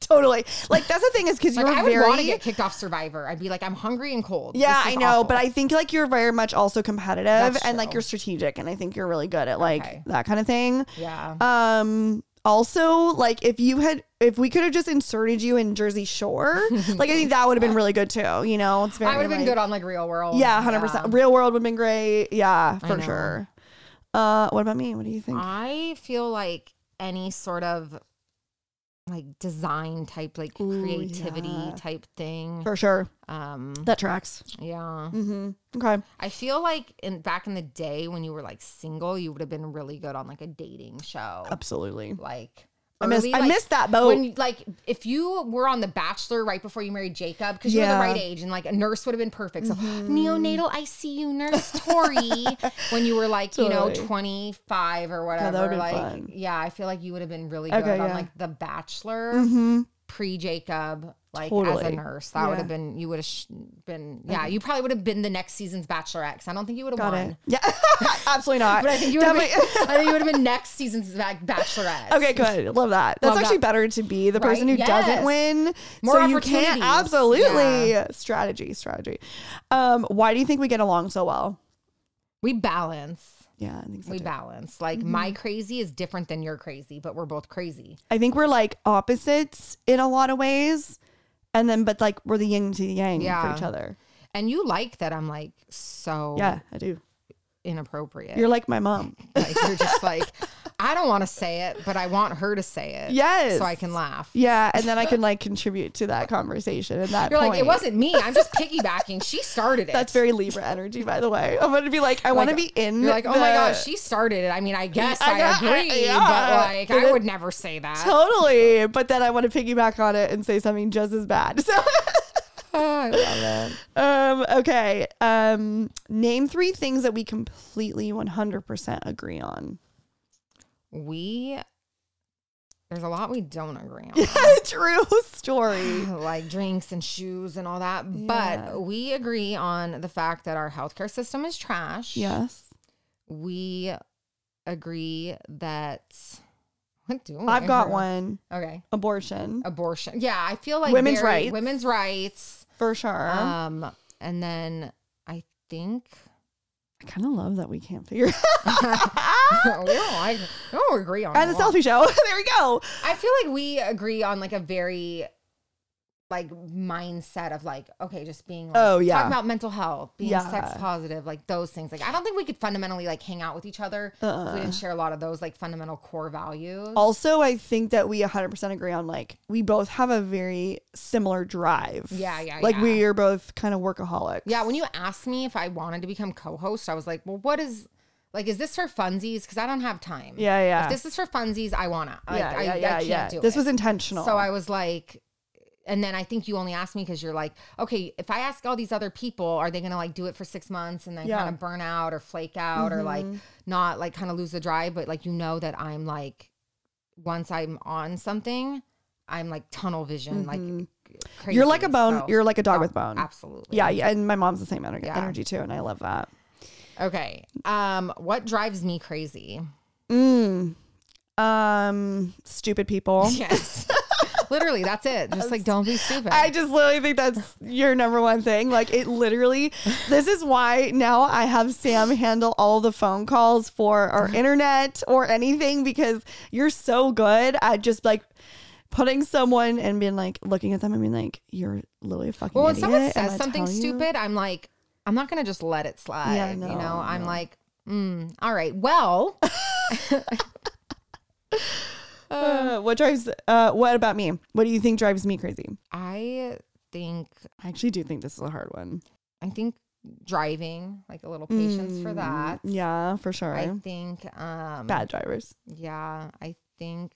A: totally. Like that's the thing is because
B: Like,
A: you're
B: I would
A: very.
B: want to get kicked off Survivor. I'd be like, I'm hungry and cold.
A: yeah,
B: This
A: I
B: is
A: know, but I
B: awful.
A: think like you're very much also competitive
B: That's
A: and like
B: true.
A: you're strategic, and I think you're really good at like
B: Okay.
A: that kind of thing.
B: yeah.
A: Um also like if you had if we could have just inserted you in Jersey
B: [laughs]
A: Shore, like I think that would have been really good too. You know, it's very
B: I would have been
A: like-
B: good on like Real World.
A: Yeah, hundred percent. Real world would have been great. Yeah, for
B: know. Um,
A: sure. Uh what about me? What do you think?
B: I feel like any sort of like design type, like
A: Ooh,
B: creativity
A: yeah.
B: type thing.
A: for sure.
B: Um,
A: That tracks.
B: yeah.
A: hmm Okay.
B: I feel like in back in the day when you were like single, you would have been really good on like a dating show.
A: Absolutely.
B: Like
A: I miss
B: early,
A: I
B: like,
A: missed that boat.
B: When like if you were on The Bachelor right before you married Jacob, because you were
A: Yeah. Mm-hmm.
B: the right age, and like a nurse would have been perfect. So neonatal ICU
A: [laughs]
B: nurse Tori, when you were like you
A: Totally.
B: know twenty five or whatever.
A: that would've been
B: like
A: fun.
B: yeah, I feel like you would have been really
A: Okay,
B: good on
A: yeah.
B: like The Bachelor
A: hmm
B: pre Jacob, like as
A: Totally.
B: a nurse. That would have
A: Yeah.
B: been you would have sh- been yeah. You probably would have been the next season's Bachelorette. 'cause I don't think you would have
A: Got
B: won.
A: it. Yeah. [laughs] Absolutely not.
B: [laughs] But I think you would have been,
A: Definitely-
B: I think you
A: [laughs]
B: would have been next season's ba- Bachelorette.
A: Okay, good. Love that. That's
B: Love
A: actually
B: that.
A: better to be the person
B: Right?
A: who doesn't
B: Yes.
A: win.
B: More
A: so you can't
B: opportunities.
A: absolutely strategy, strategy. Um, why do you think we get along so well?
B: We balance.
A: Yeah, I Mm-hmm. think so.
B: We
A: too.
B: balance. Like my crazy is different than your crazy, but we're both crazy.
A: I think we're like opposites in a lot of ways. And then but like we're the yin to the yang
B: Yeah.
A: for each other.
B: And you like that I'm like so
A: Yeah, I do.
B: inappropriate.
A: You're like my mom.
B: like you're just like I don't want to say it, but I want her to say it.
A: Yes.
B: So I can laugh.
A: Yeah, and then I
B: [laughs]
A: can like contribute to that conversation and that
B: You're
A: point.
B: like, it wasn't me. I'm just piggybacking. She started it.
A: That's very Libra energy, by the way. I'm gonna be like, I want to be in.
B: You're like, oh my
A: the-
B: gosh, she started it. I mean, I guess
A: I
B: I,
A: got- I-
B: agree,
A: yeah.
B: but like,
A: But
B: I
A: it-
B: would never say that.
A: Totally. But then I want to piggyback on it and say something just as bad. [laughs] So,
B: I love it.
A: um, okay. Um, name three things that we completely 100% agree on. [laughs]
B: We there's a lot we don't agree on,
A: True story.
B: like drinks and shoes and all that.
A: Yeah.
B: But we agree on the fact that our healthcare system is trash.
A: Yes.
B: we agree that. What do we
A: I've got
B: agree
A: one
B: Okay,
A: abortion
B: abortion. Yeah, I feel like
A: Women's
B: very-
A: rights. Uh-huh.
B: Women's rights.
A: for sure.
B: Um, and then I think. [laughs]
A: I kind of love that we can't figure
B: we
A: Ah!
B: don't like we don't agree on
A: And
B: a
A: the
B: lot.
A: selfie show. [laughs] there we go.
B: I feel like we agree on like a very like mindset of like okay, just being like,
A: Oh, yeah.
B: talking about mental health, being
A: Yeah.
B: sex positive, like those things. Like I don't think we could fundamentally like hang out with each other if we
A: Uh,
B: didn't share a lot of those like fundamental core values.
A: also, I think that we 100% agree on like, we both have a very similar drive.
B: Yeah, yeah,
A: Like,
B: yeah.
A: we are both kind of workaholics.
B: yeah, when you asked me if I wanted to become co-host, I was like, well, what is like is this for funsies? Because I don't have time.
A: Yeah, yeah.
B: If this is for funsies, I wanna. Like,
A: yeah,
B: I,
A: yeah,
B: I
A: yeah,
B: can't
A: yeah.
B: do
A: this
B: it.
A: was intentional.
B: So I was like, and then I think you only asked me because you're like, okay, if I ask all these other people, are they gonna like do it for six months and then
A: Yeah. Mm-hmm.
B: kind of burn out or flake out or like not like kind of lose the drive? But like you know that I'm like, once I'm on something, I'm like tunnel vision, like crazy.
A: Mm-hmm. you're like a bone.
B: So-
A: you're like a dog with bone.
B: absolutely
A: Yeah, yeah. And my mom's the same energy,
B: Yeah.
A: energy too, and I love that.
B: okay. Um, what drives
A: [laughs]
B: me crazy? [laughs]
A: Mm. Um, stupid people.
B: Yes. Literally, that's it. Just like don't be stupid.
A: I just literally think
B: [laughs]
A: that's your number one thing. Like it literally, this is why now I have Sam handle all the phone calls for
B: [laughs]
A: our internet or anything because you're so good at just like putting someone and being like looking at them and being like, you're literally a fucking.
B: well, when
A: idiot.
B: someone
A: and I
B: says something
A: tell you."
B: stupid, I'm like, I'm not gonna just let it slide.
A: Yeah,
B: you
A: no,
B: know, I'm
A: no.
B: like, mm, all right,
A: [laughs]
B: well, [laughs]
A: Uh, what drives? Uh, what about me? What do you think drives me crazy?
B: I think,
A: I actually do think this is a hard one.
B: I think driving, like a little patience for that.
A: Mm, Yeah, for sure.
B: I think, um,
A: Bad drivers.
B: yeah, I think,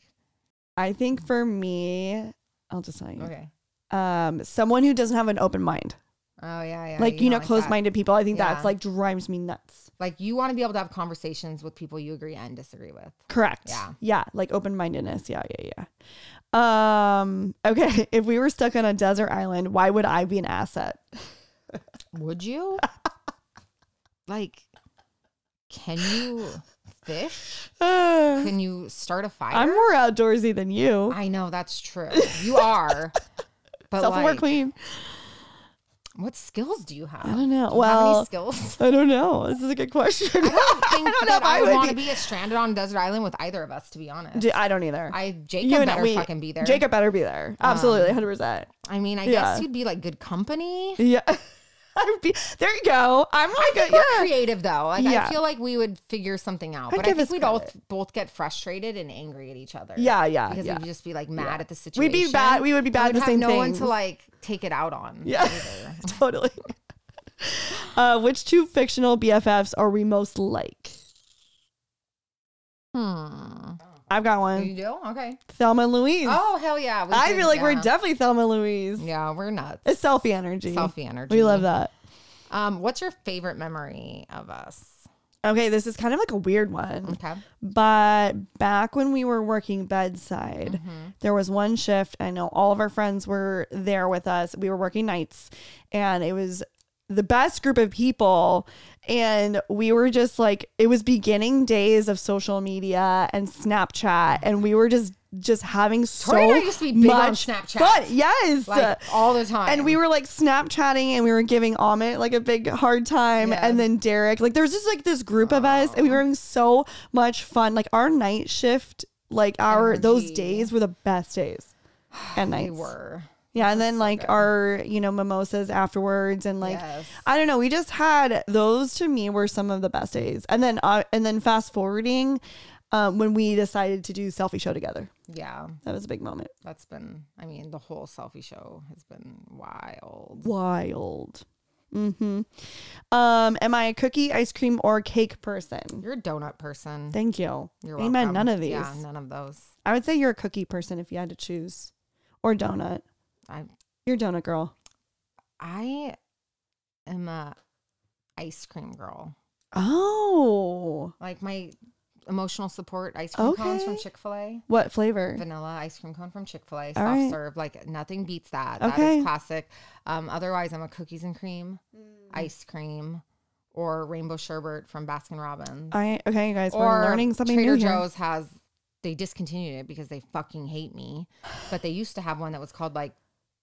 A: I think for me, I'll just tell you.
B: okay.
A: Um, someone who doesn't have an open mind,
B: Oh yeah, yeah.
A: like you, know,
B: don't that.
A: closed-minded people. I think that's
B: Yeah.
A: like drives me nuts.
B: Like you want to be able to have conversations with people you agree and disagree with.
A: Correct.
B: Yeah.
A: Yeah. Like open-mindedness. Yeah. Yeah. Yeah. Um. Okay. [laughs] If we were stuck on a desert island, why would I be an
B: [laughs]
A: asset? [sighs]
B: Would you? like, can you fish?
A: Uh,
B: Can you start a fire?
A: I'm more outdoorsy than you.
B: I know that's true. You are. But
A: Self-aware
B: like,
A: queen.
B: what skills do you have?
A: I don't know.
B: Do you have any
A: Well-
B: skills.
A: I don't know. This is a good question.
B: I don't think
A: know
B: that
A: if [laughs] I
B: I would
A: would
B: want to be stranded on a desert island with either of us. To be honest,
A: D- I don't either.
B: I Um, Jacob better fucking be there.
A: Jacob better be there. Absolutely, hundred percent.
B: I mean, I
A: yeah.
B: guess you'd be like good company.
A: Yeah. [laughs] I'd be, there you go. I'm like, a,
B: We're
A: uh, yeah.
B: creative though. Like
A: Yeah.
B: I feel like we would figure something out,
A: I'd
B: but I
A: give
B: think
A: us
B: we'd all
A: credit.
B: both get frustrated and angry at each other.
A: yeah, yeah,
B: because
A: yeah.
B: we'd just be like mad at the
A: We'd
B: situation.
A: be bad. We would be bad at
B: We'd
A: the
B: have
A: same
B: no one
A: [laughs]
B: to
A: things.
B: like take it out on.
A: Yeah.
B: either.
A: totally. uh, which two fictional BFFs are we most like?
B: Hmm.
A: I've got one.
B: You do? Okay.
A: Thelma and Louise.
B: Oh hell yeah! We
A: I
B: did-
A: feel like we're
B: yeah.
A: definitely Thelma and Louise.
B: Yeah, we're nuts.
A: It's selfie energy.
B: Selfie energy.
A: We love that.
B: Um, what's your favorite memory of us?
A: Okay, this is kind of like a weird one.
B: Okay.
A: But back when we were working bedside,
B: Mm-hmm.
A: there was one shift. I know all of our friends were there with us. We were working nights, and it was the best group of people. And we were just like, it was beginning days of social media and Snapchat, and we were just just having so
B: Tori and I used to be big on
A: much
B: Snapchat.
A: fun. Yes,
B: Like all the time.
A: and we were like Snapchatting and we were giving Amit like a big hard time.
B: Yes.
A: And then Derek, like there was just like this group of us and we were having so much fun. Like our night shift, like our, those
B: Energy.
A: days were the best
B: [sighs]
A: days and
B: we
A: nights.
B: were.
A: Yeah. And then like our, you know, mimosas afterwards and like,
B: Yes.
A: I don't know. We just had those to me were some of the best days. And then, uh, and then fast forwarding um, when we decided to do selfie show together.
B: Yeah,
A: That was a big moment.
B: that's been. I mean, the whole selfie show has been wild.
A: wild. Mm-hmm. Um, am I a cookie, ice cream, or cake person?
B: You're a donut person.
A: Thank you.
B: You're
A: Amen.
B: welcome.
A: None of these.
B: Yeah, none of those.
A: I would say you're a cookie person if you had to choose, or donut.
B: I
A: You're a donut girl.
B: I am a ice cream girl.
A: Oh,
B: Like my emotional support ice cream cones from
A: Okay.
B: Chick Fil A.
A: what flavor?
B: Vanilla ice cream cone from Chick Fil A,
A: All
B: soft
A: right.
B: serve, like nothing beats that. That
A: Okay.
B: is classic. Um, otherwise, I'm a cookies and cream,
A: Mm-hmm.
B: ice cream, or rainbow sherbet from Baskin Robbins.
A: I okay, you guys. Oh, we're learning something
B: Trader
A: new here.
B: Joe's has they discontinued it because they fucking
A: [sighs]
B: hate me. But they used to have one that was called like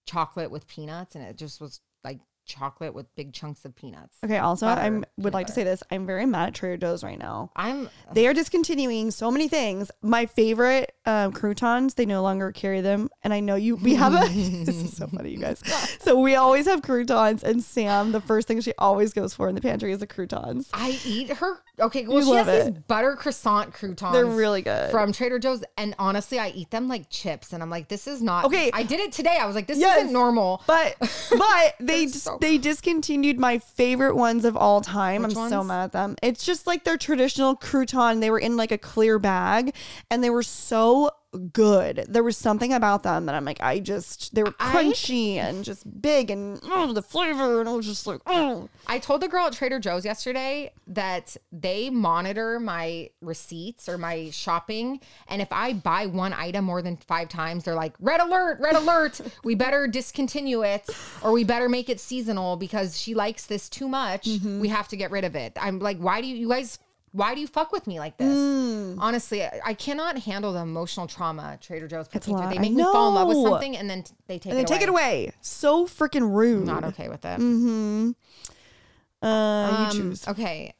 B: chocolate with peanuts, and it just was like chocolate with big chunks of peanuts.
A: Okay. Also,
B: Butter,
A: I would
B: peanut
A: like to say this. I'm very mad at Trader Joe's right now.
B: I'm
A: They are discontinuing so many things. My favorite um, croutons, they no longer carry them. And I know you, we have a, [laughs] this is so funny, you guys. So we always have croutons, and Sam, the first thing she always goes for in the pantry is the croutons.
B: I eat her. Okay, well
A: You
B: she has
A: love
B: these butter croissant croutons.
A: They're really good.
B: from Trader Joe's, and honestly, I eat them like chips, and I'm like, this is not
A: Okay.
B: I did it today. I was like, this
A: Yes.
B: isn't normal. [laughs]
A: but but they dis-
B: so-
A: they discontinued my favorite ones of all time. I'm so
B: ones?
A: mad at them. It's just like their traditional crouton. They were in like a clear bag, and they were so good. There was something about them that I'm like, I just they were
B: I-
A: crunchy and just big and oh, the flavor, and I was just like, oh,
B: I told the girl at Trader Joe's yesterday that they monitor my receipts or my shopping. And if I buy one item more than five times, they're like, red alert, red alert. We better discontinue it or we better make
A: Mm-hmm.
B: it seasonal because she likes this too much. We have to get rid of it. I'm like, why do you, you guys why do you fuck with me like this?
A: Mm.
B: Honestly, I, I cannot handle the emotional trauma Trader Joe's puts
A: a
B: me through.
A: lot.
B: They
A: I
B: make me fall in love with
A: know.
B: something and then t- they take
A: And they
B: it away.
A: take it away. So freaking rude.
B: Not okay with it.
A: Uh,
B: Um,
A: you choose.
B: Okay.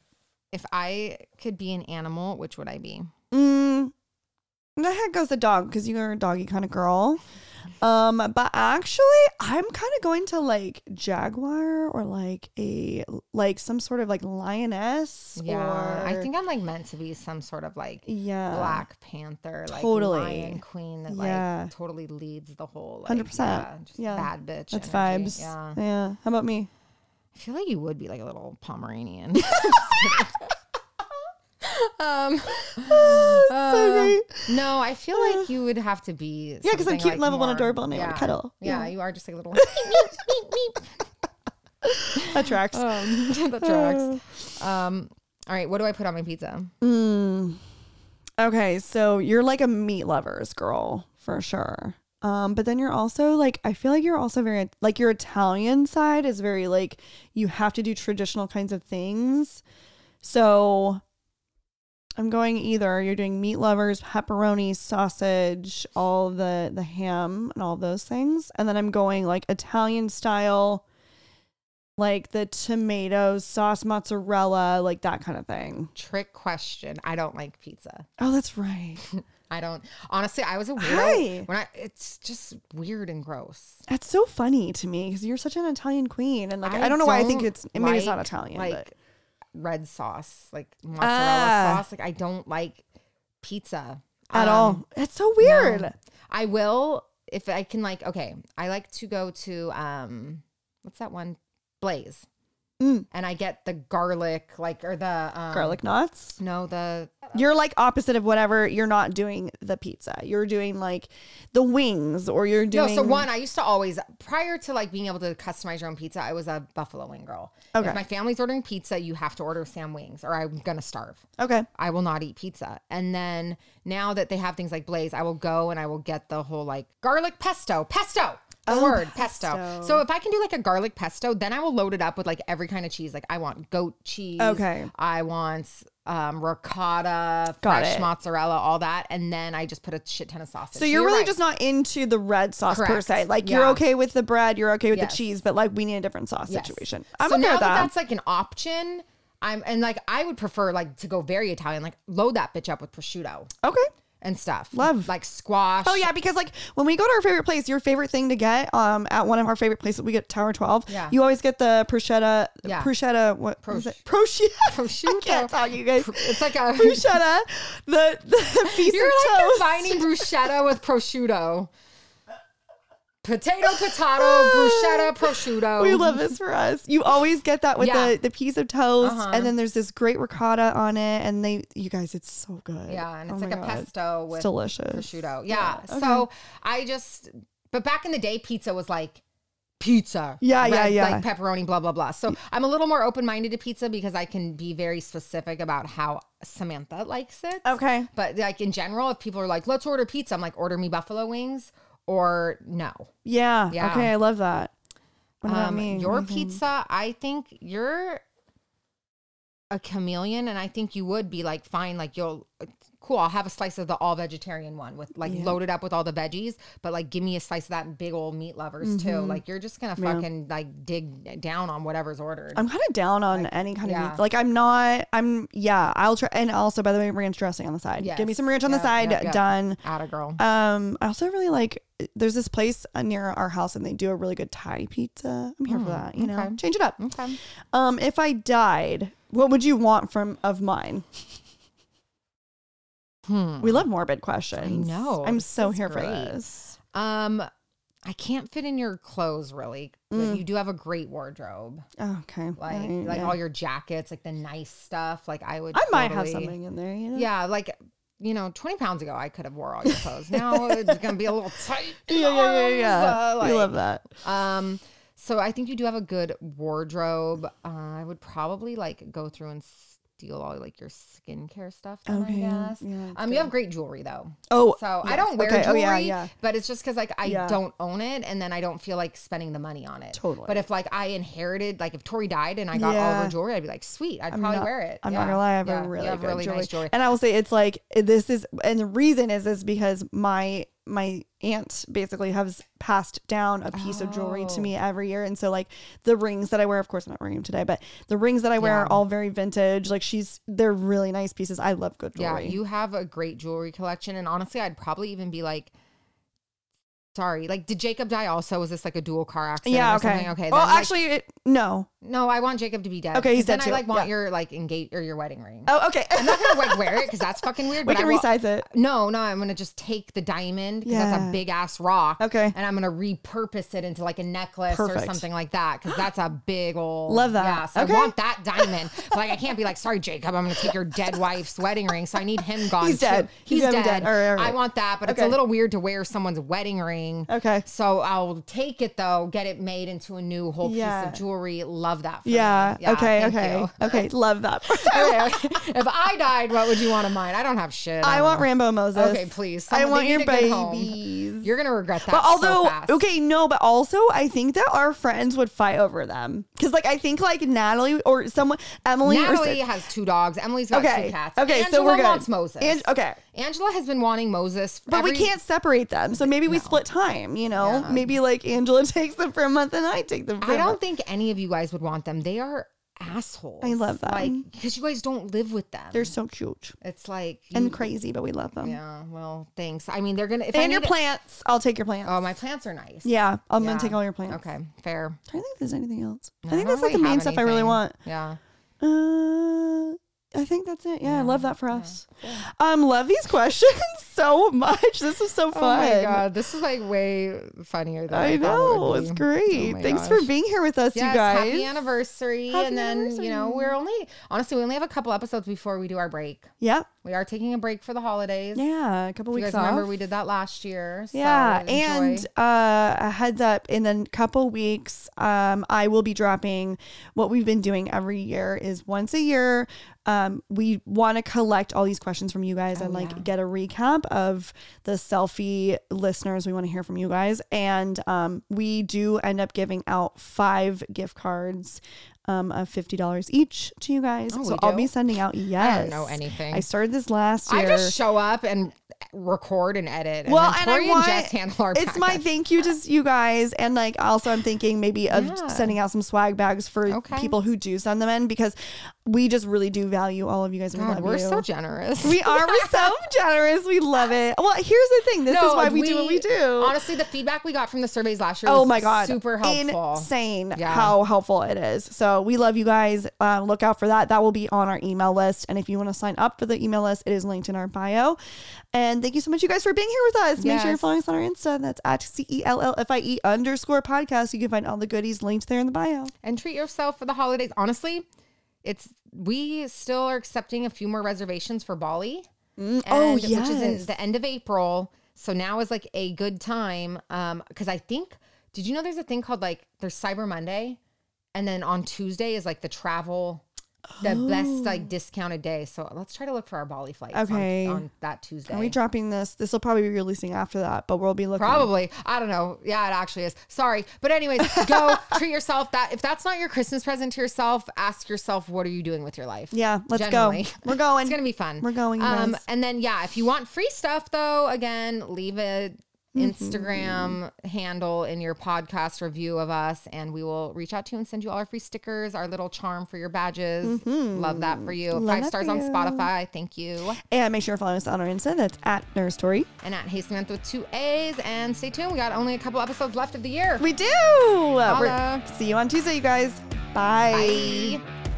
B: If I could be an animal, which would I be?
A: Mm, the heck goes the dog because you're a doggy kind of girl. Um, but actually, I'm kind of going to like jaguar or like a like some sort of like lioness.
B: Yeah. I
A: or-
B: think I'm like meant to be some sort of like
A: yeah,
B: Black Panther, like
A: Totally.
B: Lion Queen that
A: Yeah.
B: like totally leads the whole like,
A: 100%.
B: Yeah, just
A: Yeah.
B: bad bitch.
A: That's
B: energy.
A: vibes.
B: Yeah.
A: Yeah. How about me?
B: I feel like you would be like a little
A: [laughs]
B: Pomeranian. um
A: so
B: uh,
A: great.
B: no, I feel like you would have to be
A: Yeah, 'cause I'm
B: something,
A: cute,
B: like,
A: lovable, and
B: more-
A: adorable, and I wanna cuddle.
B: Yeah,
A: Yeah.
B: you are just like a little
A: [laughs] That tracks.
B: [laughs] um, that
A: Uh.
B: tracks. Um all right, what do I put on my pizza?
A: Mm. Okay, so you're like a meat lovers girl for sure. Um, but then you're also like I feel like you're also very like your Italian side is very like you have to do traditional kinds of things. So I'm going either you're doing meat lovers, pepperoni, sausage, all of the the ham and all those things, and then I'm going like Italian style, like the tomatoes, sauce, mozzarella, like that kind of thing.
B: Trick question. I don't like pizza.
A: Oh, that's right.
B: I don't honestly. I was a
A: Hi.
B: weirdo when I. It's just weird and gross.
A: That's so funny to me because you're such an Italian queen, and like I, don't know why I think
B: don't
A: it's maybe it's not
B: like-
A: Italian,
B: Like
A: but
B: red sauce, like mozzarella
A: Ah.
B: sauce. Like I don't like pizza
A: at
B: Um,
A: all. It's so weird.
B: no. I will if I can. Like okay, I like to go to um, what's that one? Blaze,
A: Mm.
B: and I get the garlic, like or the um,
A: Garlic knots.
B: No, the
A: You're like opposite of whatever. You're not doing the pizza. You're doing like the wings, or you're doing.
B: No, so one, I used to always prior to like being able to customize your own pizza, I was a buffalo wing girl.
A: Okay.
B: If my family's ordering pizza, you have to order Sam wings, or I'm gonna starve.
A: Okay.
B: I will not eat pizza. And then now that they have things like Blaze, I will go and I will get the whole like garlic pesto, pesto. The
A: Oh,
B: word pesto.
A: pesto.
B: So if I can do like a garlic pesto, then I will load it up with like every kind of cheese. Like I want goat cheese.
A: Okay.
B: I want um, ricotta,
A: Got
B: fresh
A: it.
B: mozzarella, all that, and then I just put a shit ton of sausage.
A: So you're really
B: right.
A: just not into the red sauce per
B: Correct.
A: se. Like you're
B: Yeah.
A: okay with the bread, you're okay with
B: Yes.
A: the cheese, but like we need a different sauce
B: Yes.
A: situation. I'm
B: so
A: okay
B: now
A: with
B: that.
A: that.
B: that's like an option. I'm and like I would prefer like to go very Italian, like load that bitch up with prosciutto
A: okay.
B: and stuff.
A: Love.
B: like squash.
A: Oh yeah, because like when we go to our favorite place, your favorite thing to get um at one of our favorite places, we get Tower Twelve.
B: Yeah.
A: You always get the prosciutto.
B: Yeah.
A: Prosciutto. What was
B: Prosh-
A: it? Prosciutto. [laughs] I can't
B: prosciutto.
A: talk, you guys.
B: It's like a
A: prosciutto. The, the piece
B: [laughs] you're
A: of
B: like
A: toast.
B: combining bruschetta
A: [laughs]
B: with prosciutto. Potato, potato, bruschetta, prosciutto.
A: We love this for us. You always get that with
B: Yeah. Uh-huh.
A: the, the piece of toast, and then there's this great ricotta on it, and they you guys, it's so good.
B: Yeah, and
A: Oh
B: it's
A: my
B: like a
A: God.
B: pesto with
A: It's delicious.
B: prosciutto. Yeah. So I just, but back in the day, pizza was like pizza.
A: Yeah, yeah, yeah.
B: Like pepperoni, blah, blah, blah. So I'm a little more open minded to pizza because I can be very specific about how Samantha likes it.
A: Okay.
B: But like in general, if people are like, let's order pizza, I'm like, order me buffalo wings or no.
A: Yeah.
B: Yeah.
A: Okay, I love that. What about
B: Um,
A: me? Mm-hmm.
B: Your
A: What do you think?
B: pizza, I think you're a chameleon, and I think you would be like fine. Like you'll cool. I'll have a slice of the all vegetarian one with like
A: Yeah.
B: loaded up with all the veggies, but like give me a slice of that big old meat lovers too. Like you're just gonna
A: Mm-hmm. Yeah.
B: fucking like dig down on whatever's ordered.
A: I'm kind of down on any kind
B: yeah.
A: of meat. Like I'm not. I'm yeah. I'll try. And also, by the way, ranch dressing on the side. Give me
B: Yes.
A: some ranch on the
B: Yep,
A: side.
B: yep, yep.
A: Done.
B: Atta girl.
A: Um, I also really like. There's this place uh, near our house, and they do a really good Thai pizza. I'm here for that. You know,
B: Hmm, okay. Hmm.
A: change it up.
B: Okay.
A: Um, if I died, what would you want from of mine?
B: Hmm.
A: We love morbid questions.
B: know.
A: I'm
B: This
A: so
B: is
A: here for
B: great.
A: this.
B: Um, I can't fit in your clothes really, but you do have a great wardrobe.
A: Oh, Okay.
B: Like
A: Mm. Right,
B: like
A: yeah.
B: all your jackets, like the nice stuff. Like I would.
A: I might have
B: totally-
A: something in there. You know.
B: Yeah, like you know, twenty pounds ago, I could have wore all your clothes. Now it's gonna be a little tight.
A: [laughs] Yeah. Yeah. Yeah. yeah, yeah.
B: Uh,
A: we
B: like,
A: love that.
B: Um, so I think you do have a good wardrobe. Uh, I would probably like go through and s- steal all like your skincare stuff. Then,
A: Okay, yeah.
B: I guess.
A: Yeah, that's
B: um, you have great jewelry though.
A: Oh,
B: So I
A: yes.
B: don't wear
A: Okay.
B: jewelry,
A: Oh, yeah, yeah.
B: but it's just because like I
A: Yeah.
B: don't own it, and then I don't feel like spending the money on it.
A: Totally.
B: But if like I inherited, like if Tori died and I got all
A: Yeah.
B: her jewelry, I'd be like, sweet, I'd probably
A: not-
B: wear it.
A: I'm
B: Yeah.
A: not gonna lie, I have
B: Yeah.
A: a
B: You
A: really
B: have
A: good
B: really
A: jewelry.
B: nice jewelry.
A: and I will say it's like this is, and the reason is is because my my aunt basically has passed down a piece of jewelry to
B: Oh.
A: me every year, and so like the rings that I wear, of course I'm not wearing them today, but the rings that I wear
B: Yeah.
A: are all very vintage. Like she's, they're really nice pieces. I love good
B: Yeah,
A: jewelry.
B: you have a great jewelry collection, and honestly, I'd probably even be like, sorry, like, did Jacob die? Also, was this like a dual car accident?
A: yeah,
B: or
A: okay.
B: Something? Okay.
A: well,
B: then, like-
A: actually, it, no.
B: no, I want Jacob to be dead.
A: Okay, he's
B: 'cause then
A: dead
B: I
A: too.
B: like want
A: Yeah.
B: your like engage or your wedding ring. [laughs]
A: Oh, okay.
B: I'm not gonna like wear it because that's fucking weird.
A: [laughs] we
B: but
A: can
B: I will-
A: resize it.
B: No, no, I'm gonna just take the diamond because that's
A: Yeah.
B: a big ass rock.
A: Okay.
B: And I'm gonna repurpose it into like a necklace
A: Perfect.
B: or something like that because that's a big old
A: Love that.
B: Yeah, so
A: Okay.
B: I want that diamond. But, like I can't be like, sorry, Jacob, I'm gonna take your dead wife's wedding ring. So I need him gone.
A: He's
B: too.
A: dead. He's
B: He's,
A: gotta
B: dead.
A: be dead. All right, all right.
B: I want that, but it's
A: Okay.
B: a little weird to wear someone's wedding ring.
A: Okay.
B: So I'll take it though, get it made into a new whole
A: Yeah.
B: piece of jewelry. Love that. For
A: Yeah.
B: Me. Yeah.
A: Okay.
B: thank
A: Okay.
B: you.
A: Okay. Love that.
B: okay. [laughs] If I died, what would you want of mine? I don't have shit.
A: [laughs] I
B: don't
A: want
B: know.
A: Rambo Moses.
B: Okay, please.
A: I
B: Someone-
A: want
B: they
A: your
B: need a good home.
A: babies.
B: You're gonna regret that.
A: But although,
B: so fast.
A: okay, no, but also, I think that our friends would fight over them because, like, I think like Natalie or someone, Emily,
B: Natalie
A: or
B: has two dogs. Emily has got
A: okay,
B: two cats.
A: okay,
B: Angela
A: so we're good.
B: wants Moses.
A: Ang- okay,
B: Angela has been wanting Moses,
A: but we
B: every-
A: can't separate them, so maybe we split time. You know,
B: Yeah.
A: maybe like Angela [laughs] takes them for a month and I take them. For
B: I
A: a
B: don't
A: month.
B: think any of you guys would want them. They are assholes.
A: I love them.
B: Like because you guys don't live with them.
A: They're so cute
B: it's like you-
A: and crazy, but we love them.
B: yeah. Well, thanks. I mean, they're gonna. If I
A: And your
B: need-
A: plants, I'll take your plants.
B: Oh, my plants are nice.
A: yeah, I'm
B: Yeah.
A: gonna take all your plants.
B: Okay. Fair.
A: I don't think there's anything else. I
B: No,
A: think
B: don't
A: that's like the
B: really
A: main
B: have
A: stuff I really
B: anything.
A: want.
B: Yeah.
A: Uh, I think that's it. Yeah, I love that for us. Um, love these questions [laughs] so much. This was so fun.
B: Oh my god, this is like way funnier than I,
A: I
B: thought it would
A: know. It's
B: be.
A: great.
B: Oh my
A: Thanks
B: gosh.
A: for being here with us,
B: Yes,
A: you guys.
B: happy anniversary.
A: Happy
B: and then, you know, we're only honestly we only have a couple episodes before we do our break.
A: Yep.
B: We are taking a break for the holidays.
A: Yeah, a couple
B: You
A: weeks
B: guys
A: off.
B: remember we did that last year. So
A: yeah,
B: enjoy.
A: and uh, a heads up, in a couple weeks, um, I will be dropping what we've been doing every year is once a year. Um, we want to collect all these questions from you
B: Oh,
A: guys and like get a recap of the selfie listeners. We want to hear from you guys, and um, we do end up giving out five gift cards. Um, of fifty dollars each to you guys, so
B: Oh, we
A: I'll
B: do?
A: be sending out. Yes,
B: don't know anything.
A: I started this last year.
B: I just show up and record and edit. And
A: Well,
B: then
A: and
B: Tori
A: I want
B: Jess handle our
A: it's my
B: podcast.
A: thank you to you guys, and like also I'm thinking maybe of
B: Yeah.
A: sending out some swag bags for
B: Okay.
A: people who do send them in because we just really do value all of you guys. and we
B: God,
A: love
B: we're
A: you.
B: so generous.
A: we are we're
B: [laughs]
A: so generous. We love it. Well, here's the thing. This is why we, do what we do.
B: Honestly, the feedback we got from the surveys last year
A: Oh
B: was
A: my god,
B: super helpful.
A: insane
B: Yeah.
A: how helpful it is. So we love you guys. Uh, look out for that. That will be on our email list, and if you want to sign up for the email list, it is linked in our bio. And thank you so much, you guys, for being here with us. Make sure you're
B: Yes.
A: following us on our Insta. That's at c e l l f i e underscore podcast. You can find all the goodies linked there in the bio.
B: and treat yourself for the holidays. Honestly, it's we still are accepting a few more reservations for Bali.
A: oh,
B: and- which is
A: yes.
B: in the end of April. So now is like a good time um cuz I think did you know there's a thing called like there's Cyber Monday and then on Tuesday is like the travel the best like discounted day. So let's try to look for our Bali flights on-
A: Oh. Okay.
B: on, that Tuesday.
A: Are we dropping this? This will probably be releasing after that, but we'll be looking.
B: Probably. I don't know. Yeah, it actually is. Sorry.
A: [laughs]
B: But anyways, go treat yourself that if that's not your Christmas present to yourself, ask yourself what are you doing with your life?
A: Yeah, let's
B: Generally.
A: go. We're going.
B: [laughs] It's gonna be fun.
A: We're going, you
B: Um
A: guys.
B: and then yeah, if you want free stuff though, again, leave a
A: Mm-hmm.
B: Instagram handle in your podcast review of us, and we will reach out to you and send you all our free stickers, our little charm for your badges. Love that for you.
A: Mm-hmm. Love
B: Five
A: that
B: stars
A: for
B: on
A: you.
B: Spotify. Thank you.
A: and make sure you're following us on our Insta. That's at Nerd Story.
B: And at Hey Samantha with two A's. And stay tuned. We got only a couple episodes left of the year.
A: We do. We're- see you on Tuesday, you guys. Bye.
B: Bye.